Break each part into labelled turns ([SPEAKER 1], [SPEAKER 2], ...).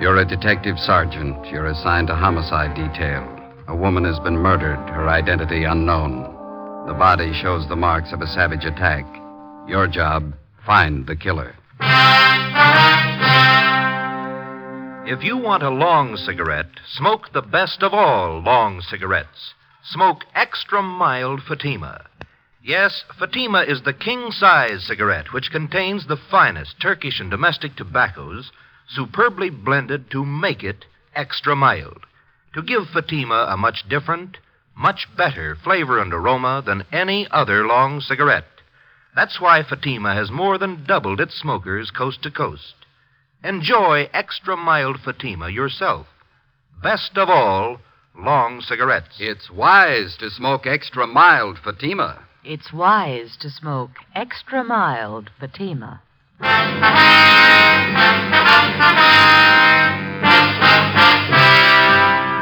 [SPEAKER 1] You're a detective sergeant. You're assigned to homicide detail. A woman has been murdered, her identity unknown. The body shows the marks of a savage attack. Your job, find the killer.
[SPEAKER 2] If you want a long cigarette, smoke the best of all long cigarettes. Smoke extra mild Fatima. Yes, Fatima is the king size cigarette which contains the finest Turkish and domestic tobaccos, superbly blended to make it extra mild. To give Fatima a much different, much better flavor and aroma than any other long cigarette. That's why Fatima has more than doubled its smokers coast to coast. Enjoy extra mild Fatima yourself. Best of all, long cigarettes.
[SPEAKER 1] It's wise to smoke extra mild, Fatima.
[SPEAKER 3] It's wise to smoke extra mild Fatima.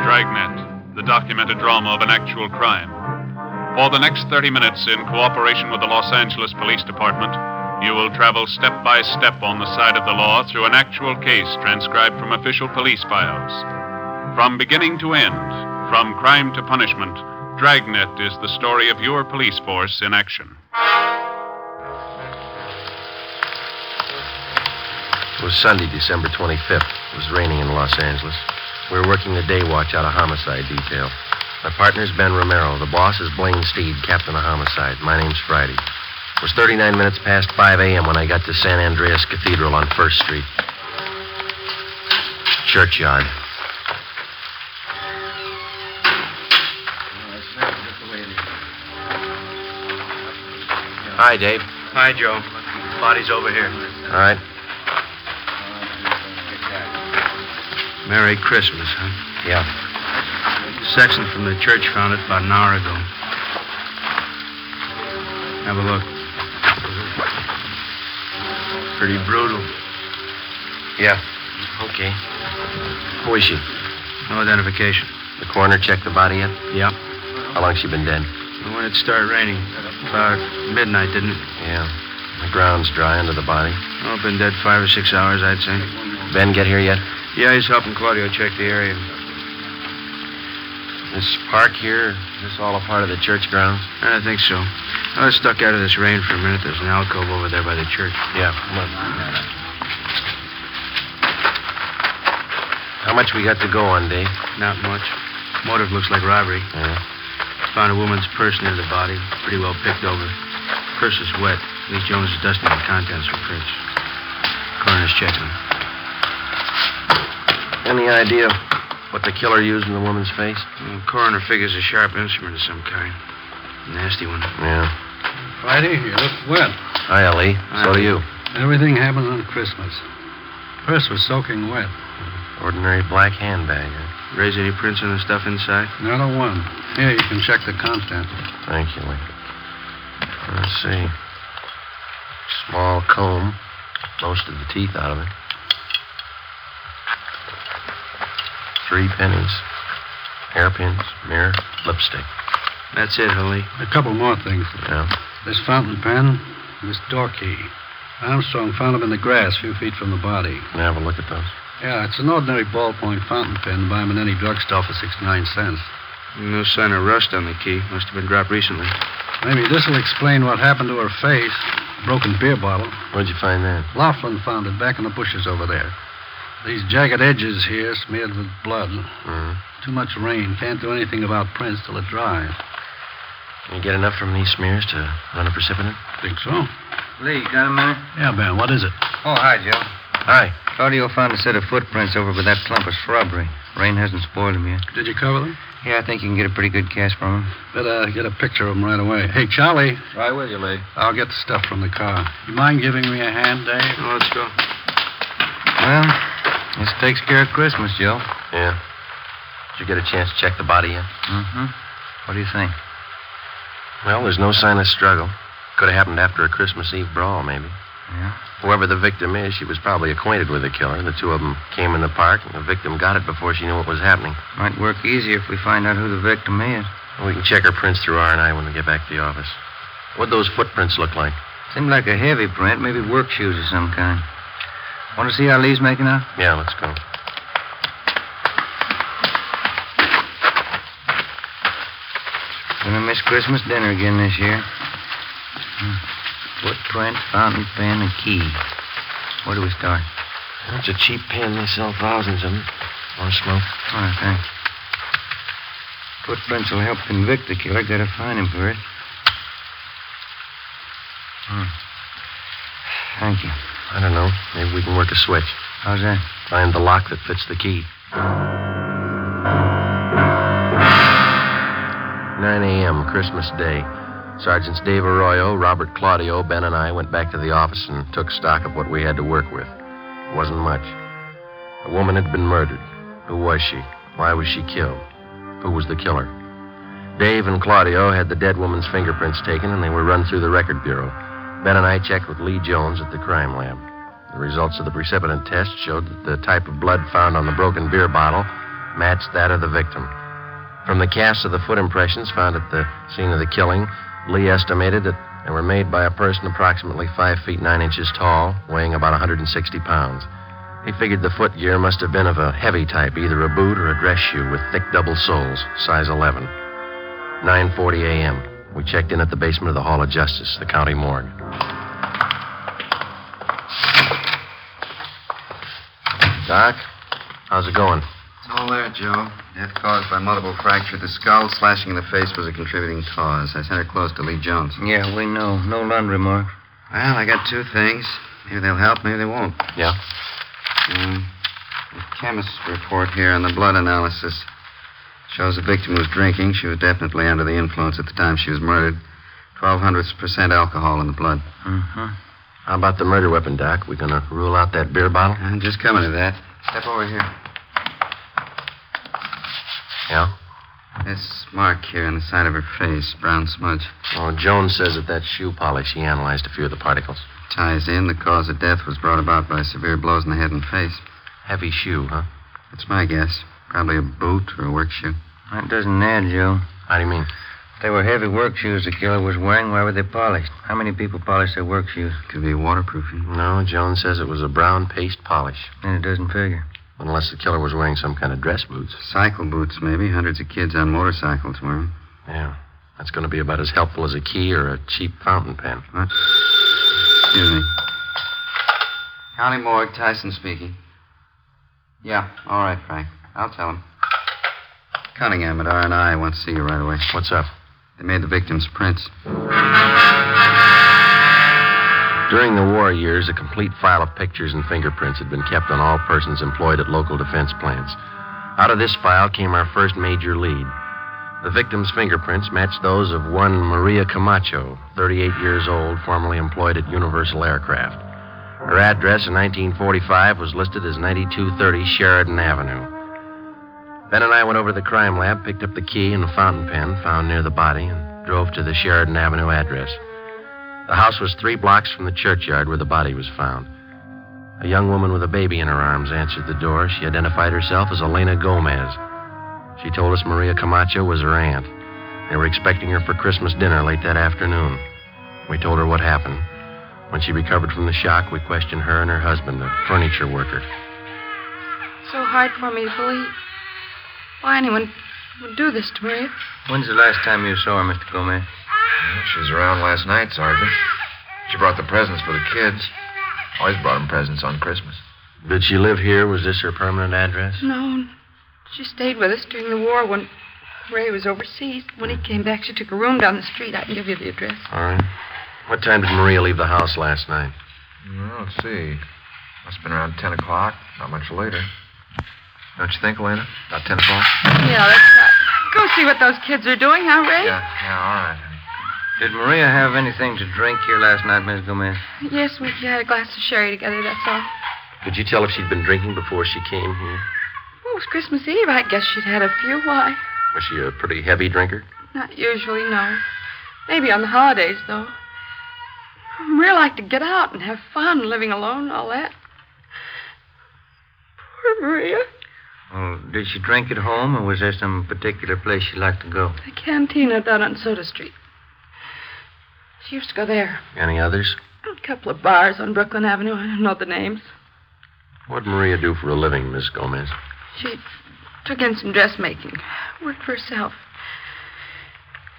[SPEAKER 4] Dragnet, the documented drama of an actual crime. For the next 30 minutes, in cooperation with the Los Angeles Police Department, you will travel step by step on the side of the law through an actual case transcribed from official police files. From beginning to end, from crime to punishment, Dragnet is the story of your police force in action.
[SPEAKER 5] It was Sunday, December 25th. It was raining in Los Angeles. We were working the day watch out of homicide detail. My partner's Ben Romero. The boss is Blaine Steed, captain of homicide. My name's Friday. It was 39 minutes past 5 a.m. when I got to San Andreas Cathedral on 1st Street. Churchyard. Hi, Dave.
[SPEAKER 2] Hi, Joe. Body's over here.
[SPEAKER 5] All right.
[SPEAKER 6] Merry Christmas, huh?
[SPEAKER 5] Yeah.
[SPEAKER 6] Sexton from the church found it about an hour ago. Have a look. Pretty brutal.
[SPEAKER 5] Yeah. Okay. Who is she?
[SPEAKER 6] No identification.
[SPEAKER 5] The coroner checked the body yet?
[SPEAKER 6] Yep.
[SPEAKER 5] How long's she been dead?
[SPEAKER 6] And when it started raining, about midnight, didn't it?
[SPEAKER 5] Yeah. The ground's dry under the body.
[SPEAKER 6] Oh, been dead five or six hours, I'd say.
[SPEAKER 5] Ben get here yet?
[SPEAKER 6] Yeah, he's helping Claudio check the area.
[SPEAKER 5] This park here, is this all a part of the church grounds?
[SPEAKER 6] I think so. I was stuck out of this rain for a minute. There's an alcove over there by the church.
[SPEAKER 5] Yeah. Come on. How much we got to go on, Dave?
[SPEAKER 6] Not much. Motive looks like robbery.
[SPEAKER 5] Yeah.
[SPEAKER 6] Found a woman's purse near the body, pretty well picked over. Purse is wet. Lee Jones is dusting the contents of the purse. Coroner's checking.
[SPEAKER 5] Any idea what the killer used in the woman's face?
[SPEAKER 6] Well, coroner figures a sharp instrument of some kind. Nasty one.
[SPEAKER 5] Yeah.
[SPEAKER 7] Friday, you look wet.
[SPEAKER 5] Hi, Lee. So do you.
[SPEAKER 7] Everything happened on Christmas. Purse was soaking wet.
[SPEAKER 5] Ordinary black handbag. huh?
[SPEAKER 6] Raise any prints on the stuff inside?
[SPEAKER 7] Not a one. Here, you can check the content.
[SPEAKER 5] Thank you, Lee. Let's see. Small comb. Most of the teeth out of it. Three pennies. Hairpins, mirror, lipstick.
[SPEAKER 6] That's it, Holly.
[SPEAKER 7] A couple more things.
[SPEAKER 5] Yeah.
[SPEAKER 7] This fountain pen, this door key. Armstrong found them in the grass a few feet from the body.
[SPEAKER 5] Can I have a look at those?
[SPEAKER 7] Yeah, it's an ordinary ballpoint fountain pen. Buy 'em in any drugstore for 69 cents.
[SPEAKER 6] No sign of rust on the key. Must have been dropped recently.
[SPEAKER 7] Maybe this will explain what happened to her face. Broken beer bottle.
[SPEAKER 5] Where'd you find that?
[SPEAKER 7] Laughlin found it back in the bushes over there. These jagged edges here smeared with blood.
[SPEAKER 5] Mm.
[SPEAKER 7] Too much rain. Can't do anything about prints till it dries.
[SPEAKER 5] Can you get enough from these smears to run a precipitant?
[SPEAKER 7] Think so?
[SPEAKER 2] Lee, got a minute?
[SPEAKER 7] Yeah, Ben, what is it?
[SPEAKER 2] Oh, hi, Joe.
[SPEAKER 5] Hi.
[SPEAKER 2] Claudio found a set of footprints over by that clump of shrubbery. Rain hasn't spoiled them yet.
[SPEAKER 7] Did you cover them?
[SPEAKER 8] Yeah, I think you can get a pretty good cast from him.
[SPEAKER 7] Better get a picture of him right away. Hey, Charlie,
[SPEAKER 5] I will, you lay.
[SPEAKER 7] I'll get the stuff from the car. You mind giving me a hand, Dave?
[SPEAKER 6] Oh, let's go.
[SPEAKER 8] Well, this takes care of Christmas, Joe.
[SPEAKER 5] Yeah. Did you get a chance to check the body yet?
[SPEAKER 8] Mm-hmm. What do you think?
[SPEAKER 5] Well, there's no sign of struggle. Could have happened after a Christmas Eve brawl, maybe.
[SPEAKER 8] Yeah?
[SPEAKER 5] Whoever the victim is, she was probably acquainted with the killer. The two of them came in the park, and the victim got it before she knew what was happening.
[SPEAKER 8] Might work easier if we find out who the victim is.
[SPEAKER 5] We can check her prints through R&I when we get back to the office. What'd those footprints look like?
[SPEAKER 8] Seemed like a heavy print, maybe work shoes of some kind. Want to see how Lee's making out?
[SPEAKER 5] Yeah, let's go.
[SPEAKER 8] Gonna miss Christmas dinner again this year. Hmm. Footprint, fountain pen, and key. Where do we start?
[SPEAKER 5] That's a cheap pen. They sell thousands of them. Want to smoke?
[SPEAKER 8] All right, thanks. Footprints will help convict the killer. Gotta find him first. Hmm. Thank you.
[SPEAKER 5] I don't know. Maybe we can work a switch.
[SPEAKER 8] How's that?
[SPEAKER 5] Find the lock that fits the key. 9 a.m., Christmas Day. Sergeants Dave Arroyo, Robert Claudio, Ben, and I went back to the office and took stock of what we had to work with. It wasn't much. A woman had been murdered. Who was she? Why was she killed? Who was the killer? Dave and Claudio had the dead woman's fingerprints taken, and they were run through the record bureau. Ben and I checked with Lee Jones at the crime lab. The results of the precipitant test showed that the type of blood found on the broken beer bottle matched that of the victim. From the casts of the foot impressions found at the scene of the killing, Lee estimated that they were made by a person approximately 5 feet 9 inches tall, weighing about 160 pounds. He figured the footgear must have been of a heavy type, either a boot or a dress shoe with thick double soles, size 11. 9:40 a.m. We checked in at the basement of the Hall of Justice, the county morgue. Doc, how's it going?
[SPEAKER 1] It's all there, Joe. Death caused by multiple fracture of the skull, slashing in the face was a contributing cause. I sent her close to Lee Jones.
[SPEAKER 8] Yeah, we know. No laundry marks.
[SPEAKER 1] Well, I got two things. Maybe they'll help, maybe they won't.
[SPEAKER 5] Yeah.
[SPEAKER 1] Um, the chemist's report here on the blood analysis shows the victim was drinking. She was definitely under the influence at the time she was murdered. Twelve hundredths percent alcohol in the blood.
[SPEAKER 8] Mm-hmm.
[SPEAKER 5] How about the murder weapon, Doc? We gonna rule out that beer bottle?
[SPEAKER 1] I'm just coming to that. Step over here.
[SPEAKER 5] Yeah.
[SPEAKER 1] This mark here on the side of her face, brown smudge,
[SPEAKER 5] Well, Jones says that that shoe polish, he analyzed a few of the particles.
[SPEAKER 1] ties in. The cause of death was brought about by severe blows in the head and face.
[SPEAKER 5] Heavy shoe, huh?
[SPEAKER 1] That's my guess. Probably a boot or a work shoe.
[SPEAKER 8] That doesn't add, Joe.
[SPEAKER 5] How do you mean?
[SPEAKER 8] If they were heavy work shoes the killer was wearing, why were they polished? How many people polish their work shoes?
[SPEAKER 1] Could be waterproof. you know.
[SPEAKER 5] No, Jones says it was a brown paste polish.
[SPEAKER 8] Then it doesn't figure.
[SPEAKER 5] Unless the killer was wearing some kind of dress boots.
[SPEAKER 1] Cycle boots, maybe. Hundreds of kids on motorcycles wear 'em.
[SPEAKER 5] Yeah. That's going to be about as helpful as a key or a cheap fountain pen.
[SPEAKER 1] What? Excuse me. County morgue, Tyson speaking. Yeah, all right, Frank. I'll tell him. Cunningham at R&I wants to see you right away.
[SPEAKER 5] What's up?
[SPEAKER 1] They made the victim's prints.
[SPEAKER 5] During the war years, a complete file of pictures and fingerprints had been kept on all persons employed at local defense plants. Out of this file came our first major lead. The victim's fingerprints matched those of one Maria Camacho, 38 years old, formerly employed at Universal Aircraft. Her address in 1945 was listed as 9230 Sheridan Avenue. Ben and I went over to the crime lab, picked up the key and the fountain pen found near the body, and drove to the Sheridan Avenue address. The house was three blocks from the churchyard where the body was found. A young woman with a baby in her arms answered the door. She identified herself as Elena Gomez. She told us Maria Camacho was her aunt. They were expecting her for Christmas dinner late that afternoon. We told her what happened. When she recovered from the shock, we questioned her and her husband, a furniture worker.
[SPEAKER 9] so hard for me to believe. Why anyone would do this to me?
[SPEAKER 8] When's the last time you saw her, Mr. Gomez?
[SPEAKER 10] She was around last night, Sergeant. She brought the presents for the kids. Always brought 'em presents on Christmas.
[SPEAKER 5] Did she live here? Was this her permanent address?
[SPEAKER 9] No. She stayed with us during the war when Ray was overseas. When he came back, she took a room down the street. I can give you the address.
[SPEAKER 5] All right. What time did Maria leave the house last night?
[SPEAKER 10] Well, let's see. Must have been around 10 o'clock, not much later. Don't you think, Elena? About 10 o'clock?
[SPEAKER 9] Yeah, that's right. Go see what those kids are doing, huh, Ray?
[SPEAKER 8] Yeah, all right. Did Maria have anything to drink here last night, Miss Gomez?
[SPEAKER 9] Yes, we had a glass of sherry together, that's all.
[SPEAKER 5] Could you tell if she'd been drinking before she came here?
[SPEAKER 9] Well, it was Christmas Eve. I guess she'd had a few. Why?
[SPEAKER 5] Was she a pretty heavy drinker?
[SPEAKER 9] Not usually, no. Maybe on the holidays, though. I really like to get out and have fun, living alone, and all that. Poor Maria.
[SPEAKER 8] Well, did she drink at home, or was there some particular place she liked to go?
[SPEAKER 9] The cantina down on Soda Street. She used to go there.
[SPEAKER 5] Any others?
[SPEAKER 9] A couple of bars on Brooklyn Avenue. I don't know the names.
[SPEAKER 5] What'd Maria do for a living, Miss Gomez?
[SPEAKER 9] She took in some dressmaking, worked for herself.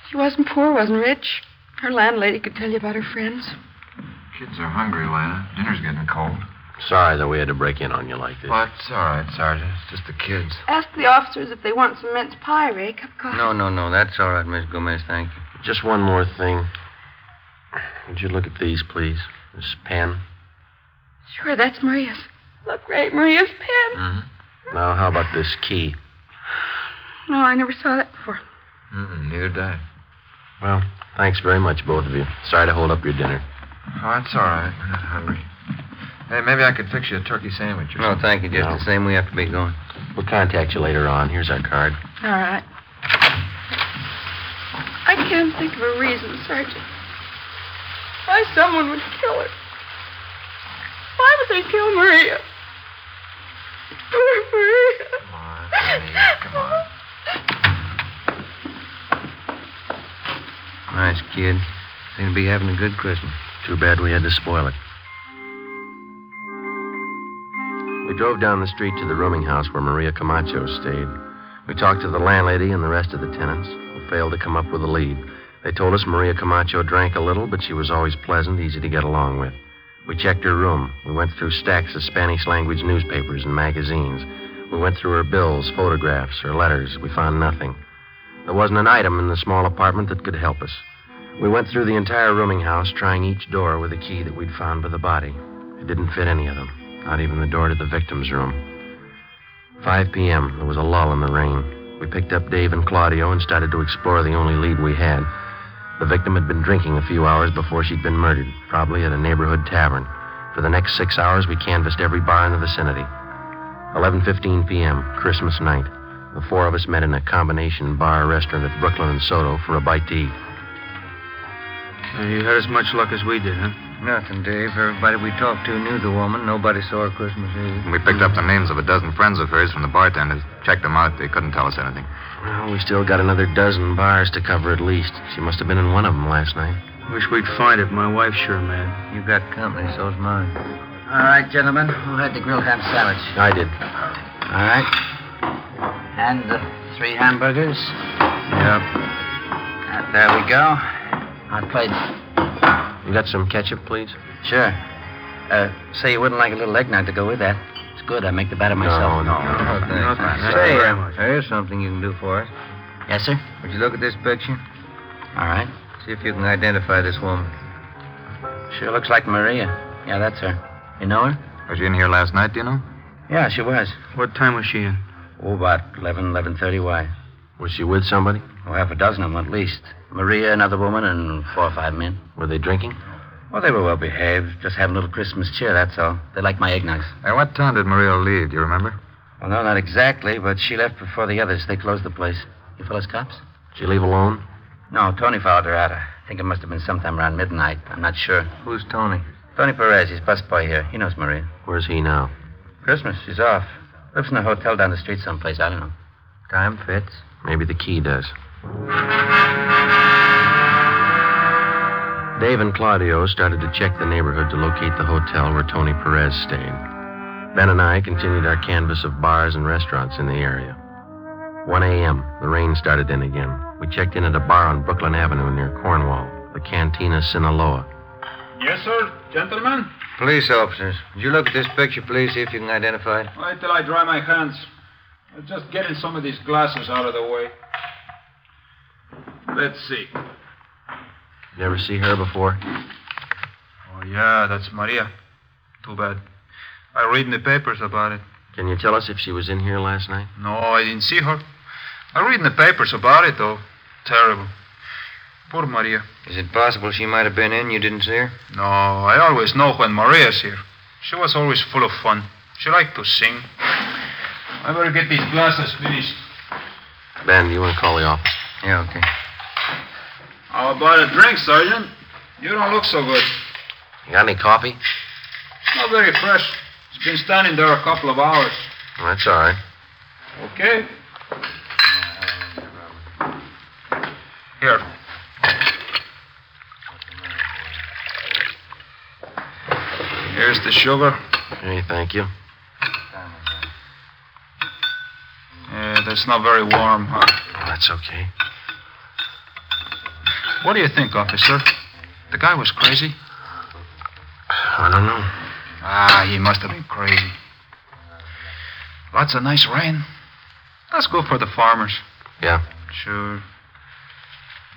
[SPEAKER 9] She wasn't poor, wasn't rich. Her landlady could tell you about her friends.
[SPEAKER 10] Kids are hungry, Lana. Dinner's getting cold.
[SPEAKER 5] Sorry that we had to break in on you like this.
[SPEAKER 10] Well, it's all right, Sergeant. It's just the kids.
[SPEAKER 9] Ask the officers if they want some mince pie, Ray. Cup of coffee.
[SPEAKER 8] No, no, no. That's all right, Miss Gomez. Thank you.
[SPEAKER 5] Just one more thing. Would you look at these, please? This pen.
[SPEAKER 9] Sure, that's Maria's. Look, Ray, Maria's pen.
[SPEAKER 5] Now, how about this key?
[SPEAKER 9] No, I never saw that before.
[SPEAKER 5] Mm-mm, neither did I. Well, thanks very much, both of you. Sorry to hold up your dinner.
[SPEAKER 10] Oh, it's all right. We're not hungry. Hey, maybe I could fix you a turkey sandwich or
[SPEAKER 8] No,
[SPEAKER 10] something.
[SPEAKER 8] thank you. Just the same, we have to be going.
[SPEAKER 5] We'll contact you later on. Here's our card.
[SPEAKER 9] All right. I can't think of a reason, Sergeant, why someone would kill her. Why would they kill Maria? Poor Maria. Come on, come on.
[SPEAKER 8] Nice kid. Seem to be having a good Christmas.
[SPEAKER 5] Too bad we had to spoil it. We drove down the street to the rooming house where Maria Camacho stayed. We talked to the landlady and the rest of the tenants, who failed to come up with a lead. They told us Maria Camacho drank a little, but she was always pleasant, easy to get along with. We checked her room. We went through stacks of Spanish language newspapers and magazines. We went through her bills, photographs, her letters. We found nothing. There wasn't an item in the small apartment that could help us. We went through the entire rooming house, trying each door with a key that we'd found by the body. It didn't fit any of them, not even the door to the victim's room. 5 p.m., there was a lull in the rain. We picked up Dave and Claudio and started to explore the only lead we had. The victim had been drinking a few hours before she'd been murdered, probably at a neighborhood tavern. For the next six hours, we canvassed every bar in the vicinity. 11:15 p.m., Christmas night. The four of us met in a combination bar restaurant at Brooklyn and Soto for a bite to eat.
[SPEAKER 6] you had as much luck as we did, huh?
[SPEAKER 8] Nothing, Dave. Everybody we talked to knew the woman. Nobody saw her Christmas Eve.
[SPEAKER 10] We picked up the names of a dozen friends of hers from the bartenders, checked them out. They couldn't tell us anything.
[SPEAKER 5] Well, we still got another dozen bars to cover at least. She must have been in one of them last night.
[SPEAKER 6] Wish we'd find it. My wife's sure mad.
[SPEAKER 8] You got company, so's mine.
[SPEAKER 11] All right, gentlemen. Who had the grilled ham sandwich?
[SPEAKER 5] I did.
[SPEAKER 11] All right. And the three hamburgers?
[SPEAKER 5] Yep.
[SPEAKER 11] Uh, there we go. I played.
[SPEAKER 5] You got some ketchup, please?
[SPEAKER 11] Sure. Uh, say you wouldn't like a little eggnog to go with that. It's good. I make the batter myself.
[SPEAKER 8] no, no, thanks. Say, uh, there is something you can do for us.
[SPEAKER 11] Yes, sir?
[SPEAKER 8] Would you look at this picture?
[SPEAKER 11] All right.
[SPEAKER 8] See if you can identify this woman.
[SPEAKER 11] Sure looks like Maria. Yeah, that's her. You know her?
[SPEAKER 10] Was she in here last night, do you know?
[SPEAKER 11] Yeah, she was.
[SPEAKER 6] What time was she in?
[SPEAKER 11] Oh, about 11, 11.30. Why?
[SPEAKER 5] Was she with somebody?
[SPEAKER 11] Oh, half a dozen of them at least. Maria, another woman, and four or five men.
[SPEAKER 5] Were they drinking?
[SPEAKER 11] Well, they were well behaved. Just having a little Christmas cheer, that's all. They like my eggnogs.
[SPEAKER 10] Hey, what time did Maria leave? Do you remember?
[SPEAKER 11] Well, no, not exactly, but she left before the others. They closed the place. You fellas cops?
[SPEAKER 5] Did she leave alone?
[SPEAKER 11] No, Tony followed her out. I think it must have been sometime around midnight. I'm not sure.
[SPEAKER 8] Who's Tony?
[SPEAKER 11] Tony Perez, he's busboy here. He knows Maria.
[SPEAKER 5] Where's he now?
[SPEAKER 11] Christmas, she's off. Lives in a hotel down the street someplace. I don't know.
[SPEAKER 8] Time fits.
[SPEAKER 5] Maybe the key does. Dave and Claudio started to check the neighborhood to locate the hotel where Tony Perez stayed. Ben and I continued our canvas of bars and restaurants in the area. 1 a.m., the rain started in again. We checked in at a bar on Brooklyn Avenue near Cornwall, the Cantina Sinaloa.
[SPEAKER 4] Yes, sir. Gentlemen,
[SPEAKER 8] Police officers, would you look at this picture, please? See if you can identify it.
[SPEAKER 12] Wait till I dry my hands. I'm just getting some of these glasses out of the way. Let's see.
[SPEAKER 5] Never see her before?
[SPEAKER 12] Oh, yeah, that's Maria. Too bad. I read in the papers about it.
[SPEAKER 5] Can you tell us if she was in here last night?
[SPEAKER 12] No, I didn't see her.
[SPEAKER 10] I read in the papers about it, though. Terrible. Poor Maria.
[SPEAKER 8] Is it possible she might have been in? You didn't see her?
[SPEAKER 10] No, I always know when Maria's here. She was always full of fun. She liked to sing. I better get these glasses finished.
[SPEAKER 5] Ben, do you want to call the office?
[SPEAKER 8] Yeah, okay.
[SPEAKER 12] How about a drink, Sergeant? You don't look so good.
[SPEAKER 5] You got any coffee?
[SPEAKER 12] Not very fresh. It's been standing there a couple of hours.
[SPEAKER 5] Well, that's all right.
[SPEAKER 12] Okay.
[SPEAKER 10] Here. Here's the sugar.
[SPEAKER 5] Hey, thank you.
[SPEAKER 10] Yeah, that's not very warm, huh?
[SPEAKER 5] Well, Oh, that's okay.
[SPEAKER 10] What do you think, officer? The guy was crazy?
[SPEAKER 5] I don't know.
[SPEAKER 10] Ah, he must have been crazy. Lots of nice rain. That's good for the farmers.
[SPEAKER 5] Yeah.
[SPEAKER 10] Sure.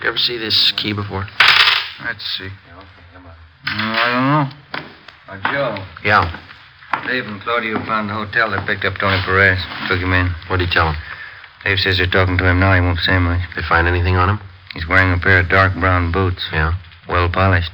[SPEAKER 5] You ever see this key before?
[SPEAKER 10] Let's see. Mm, I don't know.
[SPEAKER 8] Uh, Joe,
[SPEAKER 5] Yeah.
[SPEAKER 8] Dave and Claudio found the hotel that picked up Tony Perez. Took him in.
[SPEAKER 5] What'd he tell him?
[SPEAKER 8] Dave says they're talking to him now. He won't say much.
[SPEAKER 5] They find anything on him?
[SPEAKER 8] He's wearing a pair of dark brown boots.
[SPEAKER 5] Yeah.
[SPEAKER 8] Well polished.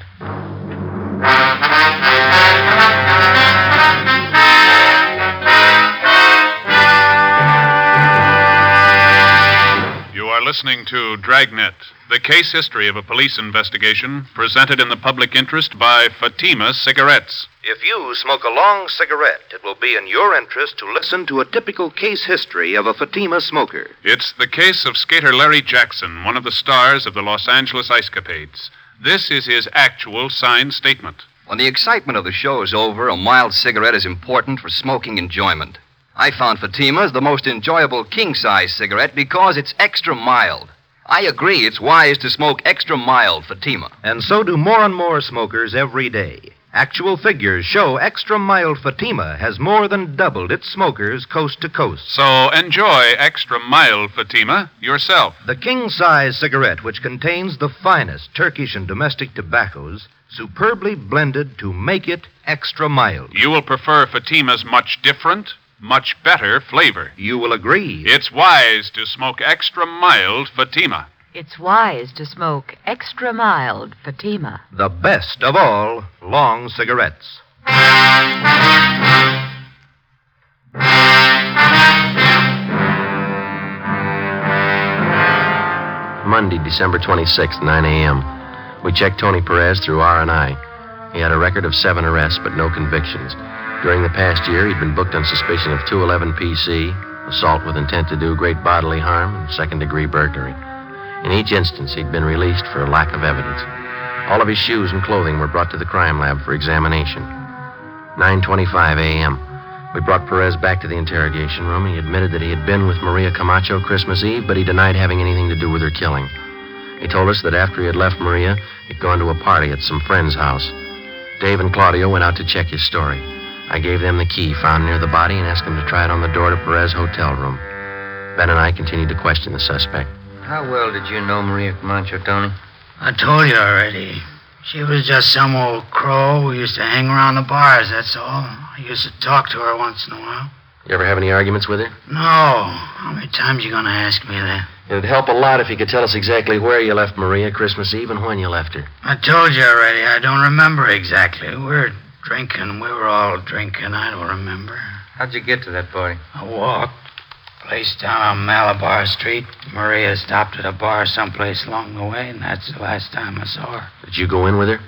[SPEAKER 4] You are listening to Dragnet, the case history of a police investigation presented in the public interest by Fatima Cigarettes.
[SPEAKER 2] If you smoke a long cigarette, it will be in your interest to listen to a typical case history of a Fatima smoker.
[SPEAKER 4] It's the case of skater Larry Jackson, one of the stars of the Los Angeles Ice Capades. This is his actual signed statement.
[SPEAKER 13] When the excitement of the show is over, a mild cigarette is important for smoking enjoyment. I found Fatima's the most enjoyable king size cigarette because it's extra mild. I agree it's wise to smoke extra mild Fatima.
[SPEAKER 2] And so do more and more smokers every day. Actual figures show extra mild Fatima has more than doubled its smokers coast to coast.
[SPEAKER 4] So enjoy extra mild Fatima yourself.
[SPEAKER 2] The king size cigarette, which contains the finest Turkish and domestic tobaccos, superbly blended to make it extra mild.
[SPEAKER 4] You will prefer Fatima's much different, much better flavor.
[SPEAKER 2] You will agree.
[SPEAKER 4] It's wise to smoke extra mild Fatima.
[SPEAKER 3] It's wise to smoke extra mild Fatima.
[SPEAKER 2] The best of all long cigarettes.
[SPEAKER 5] Monday, December 26th, 9 a.m. We checked Tony Perez through R&I. He had a record of seven arrests, but no convictions. During the past year, he'd been booked on suspicion of 211 PC, assault with intent to do great bodily harm, and second-degree burglary. In each instance, he'd been released for lack of evidence. All of his shoes and clothing were brought to the crime lab for examination. 9:25 a.m. We brought Perez back to the interrogation room. He admitted that he had been with Maria Camacho Christmas Eve, but he denied having anything to do with her killing. He told us that after he had left Maria, he'd gone to a party at some friend's house. Dave and Claudio went out to check his story. I gave them the key found near the body and asked them to try it on the door to Perez's hotel room. Ben and I continued to question the suspect.
[SPEAKER 8] How well did you know Maria Camacho, Tony?
[SPEAKER 14] I told you already. She was just some old crow who used to hang around the bars, that's all. I used to talk to her once in a while.
[SPEAKER 5] You ever have any arguments with her?
[SPEAKER 14] No. How many times you gonna ask me that?
[SPEAKER 5] It'd help a lot if you could tell us exactly where you left Maria Christmas Eve and when you left her.
[SPEAKER 14] I told you already, I don't remember exactly. We were drinking, we were all drinking, I don't remember.
[SPEAKER 8] How'd you get to that party?
[SPEAKER 14] I walked. Place down on Malabar Street. Maria stopped at a bar someplace along the way, and that's the last time I saw her.
[SPEAKER 5] Did you go in with her?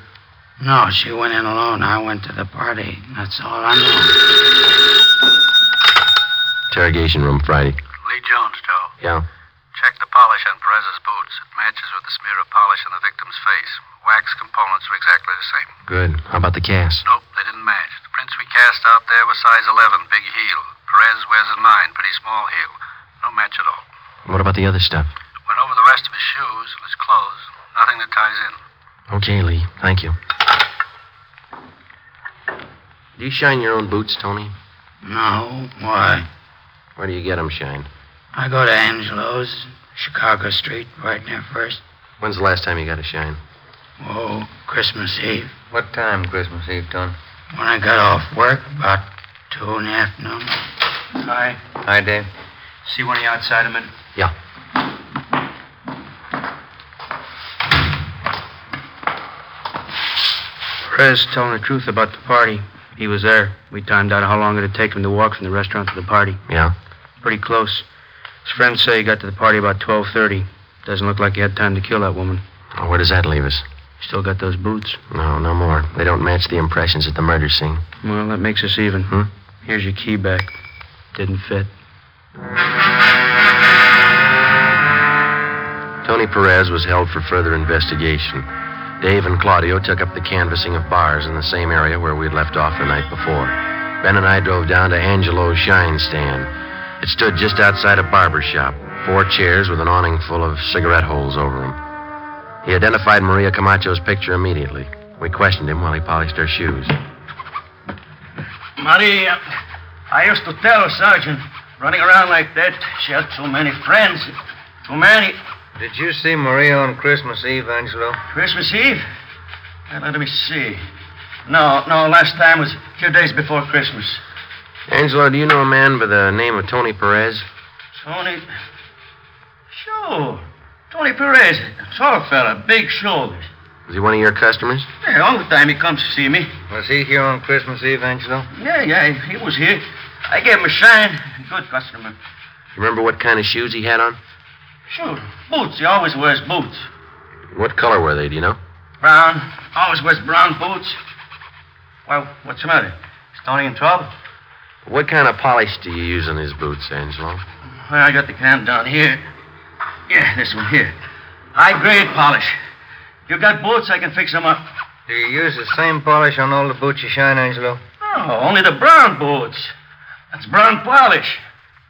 [SPEAKER 14] No, she went in alone. I went to the party. That's all I know.
[SPEAKER 5] Interrogation room Friday.
[SPEAKER 15] Lee Jones, Joe.
[SPEAKER 5] Yeah.
[SPEAKER 15] Check the polish on Perez's boots. It matches with the smear of polish on the victim's face. Wax components are exactly the same.
[SPEAKER 5] Good. How about the cast?
[SPEAKER 15] Nope, they didn't match. The prints we cast out there were size 11, big heel. Perez wears a 9, pretty small heel. No match at all.
[SPEAKER 5] What about the other stuff?
[SPEAKER 15] Went over the rest of his shoes and his clothes. Nothing that ties in.
[SPEAKER 5] Okay, Lee. Thank you. Do you shine your own boots, Tony?
[SPEAKER 14] No. Why?
[SPEAKER 5] Where do you get 'em shined?
[SPEAKER 14] I go to Angelo's, Chicago Street, right there first.
[SPEAKER 5] When's the last time you got a shine?
[SPEAKER 14] Oh, Christmas Eve.
[SPEAKER 8] What time Christmas Eve, Tony?
[SPEAKER 14] When I got off work, about two in the afternoon.
[SPEAKER 6] Hi.
[SPEAKER 8] Hi, Dave.
[SPEAKER 6] See one of you outside a minute?
[SPEAKER 5] Yeah.
[SPEAKER 6] Perez telling the truth about the party. He was there. We timed out how long it'd take him to walk from the restaurant to the party.
[SPEAKER 5] Yeah?
[SPEAKER 6] Pretty close. His friends say he got to the party about 12.30. Doesn't look like he had time to kill that woman.
[SPEAKER 5] Well, where does that leave us?
[SPEAKER 6] Still got those boots.
[SPEAKER 5] No, no more. They don't match the impressions at the murder scene.
[SPEAKER 6] Well, that makes us even.
[SPEAKER 5] Hmm?
[SPEAKER 6] Here's your key back. Didn't fit.
[SPEAKER 5] Tony Perez was held for further investigation. Dave and Claudio took up the canvassing of bars in the same area where we'd left off the night before. Ben and I drove down to Angelo's shine stand. It stood just outside a barber shop, four chairs with an awning full of cigarette holes over them. He identified Maria Camacho's picture immediately. We questioned him while he polished her shoes.
[SPEAKER 16] Maria, I used to tell Sergeant, running around like that, she has too many friends. Too many.
[SPEAKER 8] Did you see Maria on Christmas Eve, Angelo?
[SPEAKER 16] Christmas Eve? Uh, Let me see. No, no, last time was a few days before Christmas.
[SPEAKER 5] Angelo, do you know a man by the name of Tony Perez?
[SPEAKER 16] Tony. Sure. Tony Perez, tall fella, big shoulders.
[SPEAKER 5] Is he one of your customers?
[SPEAKER 16] Yeah, all the time he comes to see me.
[SPEAKER 8] Was he here on Christmas Eve, Angelo?
[SPEAKER 16] Yeah, yeah, he was here. I gave him a shine. Good customer.
[SPEAKER 5] You remember what kind of shoes he had on?
[SPEAKER 16] Sure. Boots. He always wears boots.
[SPEAKER 5] What color were they, do you know?
[SPEAKER 16] Brown. Always wears brown boots. Well, what's the matter? Is Tony in trouble?
[SPEAKER 5] What kind of polish do you use on his boots, Angelo?
[SPEAKER 16] Well, I got the can down here. Yeah, this one here. High grade polish. You got boots? I can fix them up.
[SPEAKER 8] Do you use the same polish on all the boots you shine, Angelo?
[SPEAKER 16] No, only the brown boots. That's brown polish.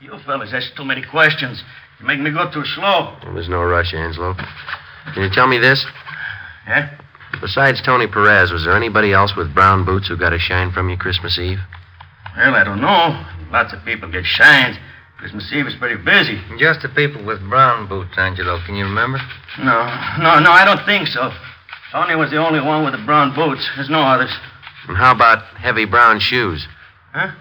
[SPEAKER 16] You fellas ask too many questions. You make me go too slow.
[SPEAKER 5] Well, there's no rush, Angelo. Can you tell me this?
[SPEAKER 16] Yeah?
[SPEAKER 5] Besides Tony Perez, was there anybody else with brown boots who got a shine from you Christmas Eve?
[SPEAKER 16] Well, I don't know. Lots of people get shines. Christmas Eve is pretty busy.
[SPEAKER 8] Just the people with brown boots, Angelo. Can you remember?
[SPEAKER 16] No, no, no, I don't think so. Tony was the only one with the brown boots. There's no others.
[SPEAKER 5] And how about heavy brown shoes?
[SPEAKER 16] Huh?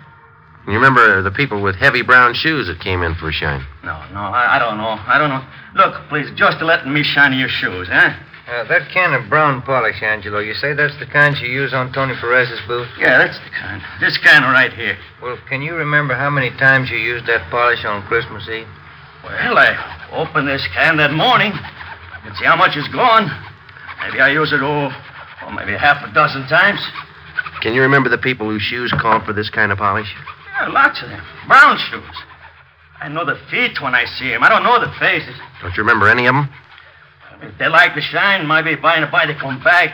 [SPEAKER 5] You remember the people with heavy brown shoes that came in for a shine?
[SPEAKER 16] No, no, I, I don't know. I don't know. Look, please, just let me shine your shoes, huh?
[SPEAKER 8] Uh, that can of brown polish, Angelo, you say that's the kind you use on Tony Perez's boots?
[SPEAKER 16] Yeah, that's the kind. This kind right here.
[SPEAKER 8] Well, can you remember how many times you used that polish on Christmas Eve?
[SPEAKER 16] Well, I opened this can that morning. I can see how much is gone. Maybe I use it, oh, oh, maybe half a dozen times.
[SPEAKER 5] Can you remember the people whose shoes called for this kind of polish?
[SPEAKER 16] Yeah, lots of them. Brown shoes. I know the feet when I see them. I don't know the faces.
[SPEAKER 5] Don't you remember any of them?
[SPEAKER 16] If they like the shine, maybe by and by they come back.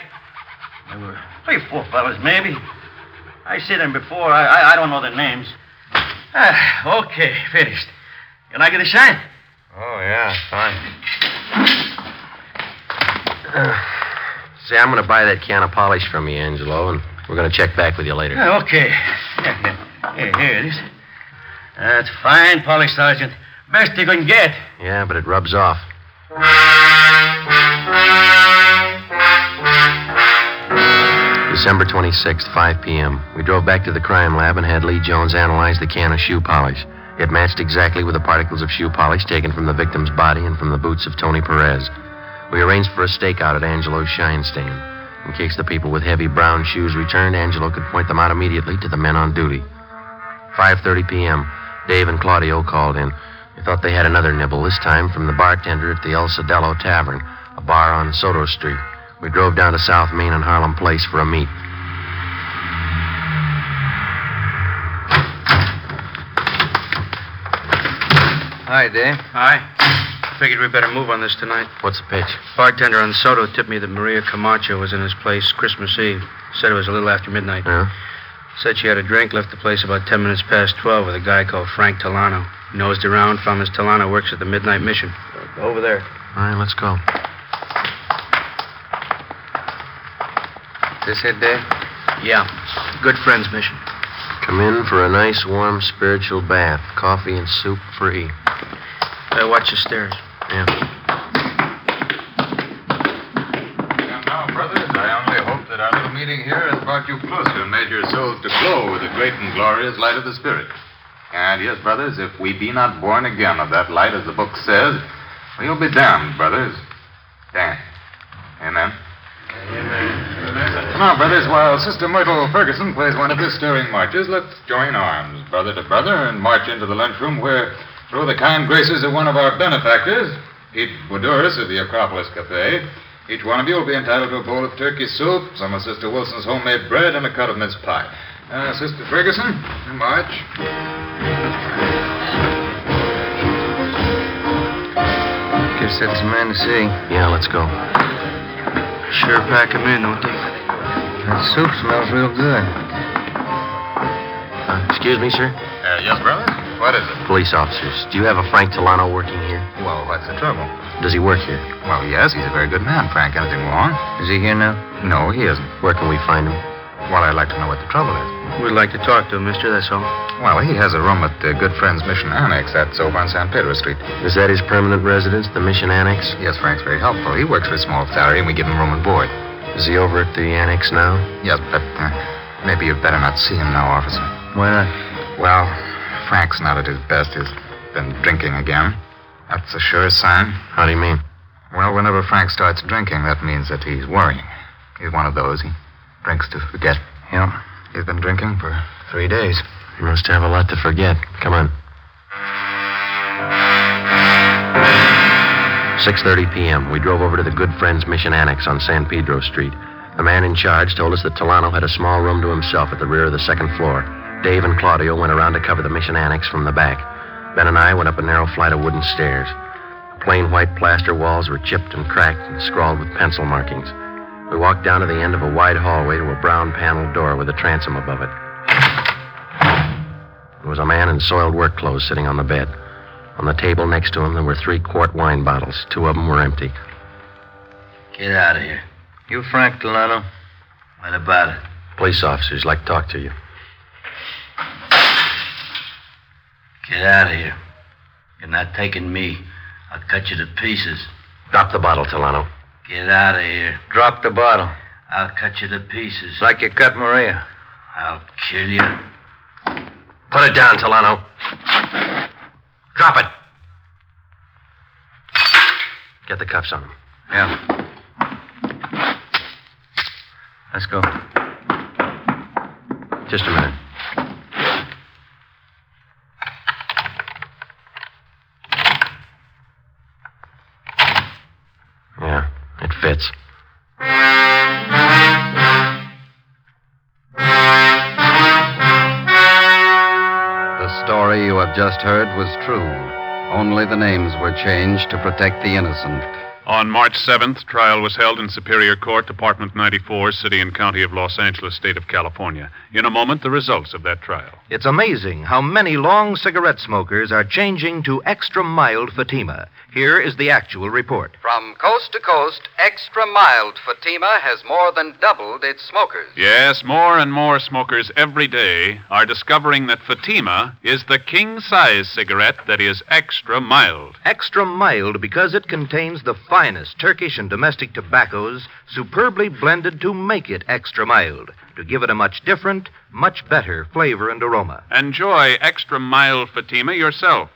[SPEAKER 16] There were three, four fellas, maybe. I see them before. I, I, I don't know their names. Ah, okay, finished. You like the shine?
[SPEAKER 8] Oh, yeah, fine.
[SPEAKER 6] Uh,
[SPEAKER 5] Say, I'm going to buy that can of polish from you, Angelo, and we're going to check back with you later.
[SPEAKER 16] Yeah, Ah, okay. Yeah, yeah. Here, here it is. That's fine, polish, Sergeant. Best you can get.
[SPEAKER 5] Yeah, but it rubs off. December 26th, 5 p.m. We drove back to the crime lab and had Lee Jones analyze the can of shoe polish. It matched exactly with the particles of shoe polish taken from the victim's body and from the boots of Tony Perez. We arranged for a stakeout at Angelo's shine stand. In case the people with heavy brown shoes returned, Angelo could point them out immediately to the men on duty. 5:30 p.m. Dave and Claudio called in. They thought they had another nibble this time from the bartender at the El Sodello Tavern, a bar on Soto Street. We drove down to South Main and Harlem Place for a meet.
[SPEAKER 8] Hi, Dave.
[SPEAKER 6] Hi. Figured we better move on this tonight.
[SPEAKER 5] What's the pitch?
[SPEAKER 6] Bartender on Soto tipped me that Maria Camacho was in his place Christmas Eve. Said it was a little after midnight.
[SPEAKER 5] Yeah?
[SPEAKER 6] Said she had a drink, left the place about 10 minutes past 12 with a guy called Frank Talano. Nosed around, found Miss Talano works at the Midnight Mission. Over there.
[SPEAKER 5] All right, let's go.
[SPEAKER 8] This it, Dave?
[SPEAKER 6] Yeah. Good friends mission.
[SPEAKER 5] Come in for a nice, warm, spiritual bath. Coffee and soup for E.
[SPEAKER 6] Hey, watch the stairs.
[SPEAKER 5] Yeah.
[SPEAKER 17] And now, brothers, I only hope that our little meeting here has brought you closer and made your souls to glow with the great and glorious light of the Spirit. And yes, brothers, if we be not born again of that light, as the book says, we'll be damned, brothers. Damned. Amen. Amen. Amen. now, brothers, while Sister Myrtle Ferguson plays one of his stirring marches, let's join arms, brother to brother, and march into the lunchroom where, through the kind graces of one of our benefactors, Pete Boudouris of the Acropolis Cafe, each one of you will be entitled to a bowl of turkey soup, some of Sister Wilson's homemade bread, and a cut of mince pie. Uh, Sister Ferguson, you march. Uh,
[SPEAKER 8] Gives that some man to see.
[SPEAKER 5] Yeah, let's go.
[SPEAKER 6] Sure pack 'em in, don't they?
[SPEAKER 8] That soup smells real good.
[SPEAKER 5] Uh, excuse me, sir.
[SPEAKER 17] Uh, yes, brother? What is it?
[SPEAKER 5] Police officers. Do you have a Frank Tolano working here?
[SPEAKER 17] Well, what's the trouble?
[SPEAKER 5] Does he work here?
[SPEAKER 17] Well, yes, he's a very good man, Frank. Anything wrong?
[SPEAKER 8] Is he here now?
[SPEAKER 17] No, he isn't.
[SPEAKER 5] Where can we find him?
[SPEAKER 17] Well, I'd like to know what the trouble is.
[SPEAKER 6] We'd like to talk to him, mister, that's all.
[SPEAKER 17] Well, he has a room at uh, Good Friends Mission Annex. That's over on San Pedro Street.
[SPEAKER 5] Is that his permanent residence, the Mission Annex?
[SPEAKER 17] Yes, Frank's very helpful. He works for a small salary, and we give him room and board.
[SPEAKER 5] Is he over at the annex now?
[SPEAKER 17] Yes, but uh, maybe you'd better not see him now, officer.
[SPEAKER 5] Why not?
[SPEAKER 17] Well, Frank's not at his best. He's been drinking again. That's a sure sign.
[SPEAKER 5] How do you mean?
[SPEAKER 17] Well, whenever Frank starts drinking, that means that he's worrying. He's one of those. He drinks to forget.
[SPEAKER 8] Yeah.
[SPEAKER 17] He's been drinking for three days.
[SPEAKER 5] He must have a lot to forget. Come on. 6:30 p.m. We drove over to the Good Friends Mission Annex on San Pedro Street. The man in charge told us that Tolano had a small room to himself at the rear of the second floor. Dave and Claudio went around to cover the mission annex from the back. Ben and I went up a narrow flight of wooden stairs. The plain white plaster walls were chipped and cracked and scrawled with pencil markings. We walked down to the end of a wide hallway to a brown paneled door with a transom above it. There was a man in soiled work clothes sitting on the bed. On the table next to him, there were three quart wine bottles. Two of them were empty.
[SPEAKER 11] Get out of here.
[SPEAKER 8] You Frank Delano?
[SPEAKER 11] What about it?
[SPEAKER 5] Police officers like to talk to you.
[SPEAKER 11] Get out of here. You're not taking me. I'll cut you to pieces.
[SPEAKER 5] Drop the bottle, Tolano.
[SPEAKER 11] Get out of here.
[SPEAKER 8] Drop the bottle.
[SPEAKER 11] I'll cut you to pieces.
[SPEAKER 8] Like you cut Maria.
[SPEAKER 11] I'll kill you.
[SPEAKER 5] Put it down, Tolano. Drop it. Get the cuffs on him.
[SPEAKER 8] Yeah. Let's go.
[SPEAKER 5] Just a minute. Yeah, it fits.
[SPEAKER 1] The story you have just heard was true. Only the names were changed to protect the innocent.
[SPEAKER 4] On March 7th, trial was held in Superior Court, Department 94, City and County of Los Angeles, State of California. In a moment, the results of that trial.
[SPEAKER 2] It's amazing how many long cigarette smokers are changing to extra mild Fatima. Here is the actual report.
[SPEAKER 13] From coast to coast, extra mild Fatima has more than doubled its smokers.
[SPEAKER 4] Yes, more and more smokers every day are discovering that Fatima is the king size cigarette that is extra mild.
[SPEAKER 2] Extra mild because it contains the finest Turkish and domestic tobaccos superbly blended to make it extra mild, to give it a much different, much better flavor and aroma.
[SPEAKER 4] Enjoy extra mild Fatima yourself.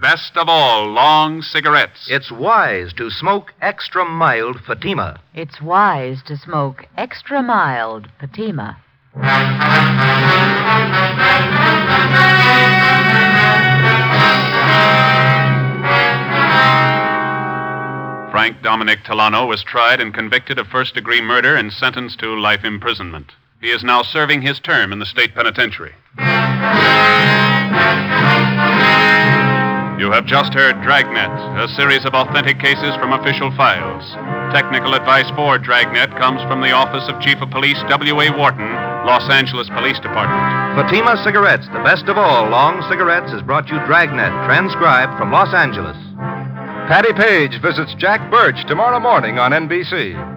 [SPEAKER 4] Best of all, long cigarettes.
[SPEAKER 2] It's wise to smoke extra mild Fatima.
[SPEAKER 3] It's wise to smoke extra mild Fatima.
[SPEAKER 4] Frank Dominic Tolano was tried and convicted of first degree murder and sentenced to life imprisonment. He is now serving his term in the state penitentiary. You have just heard Dragnet, a series of authentic cases from official files. Technical advice for Dragnet comes from the Office of Chief of Police W.A. Wharton, Los Angeles Police Department.
[SPEAKER 2] Fatima Cigarettes, the best of all long cigarettes, has brought you Dragnet, transcribed from Los Angeles.
[SPEAKER 18] Patty Page visits Jack Birch tomorrow morning on NBC.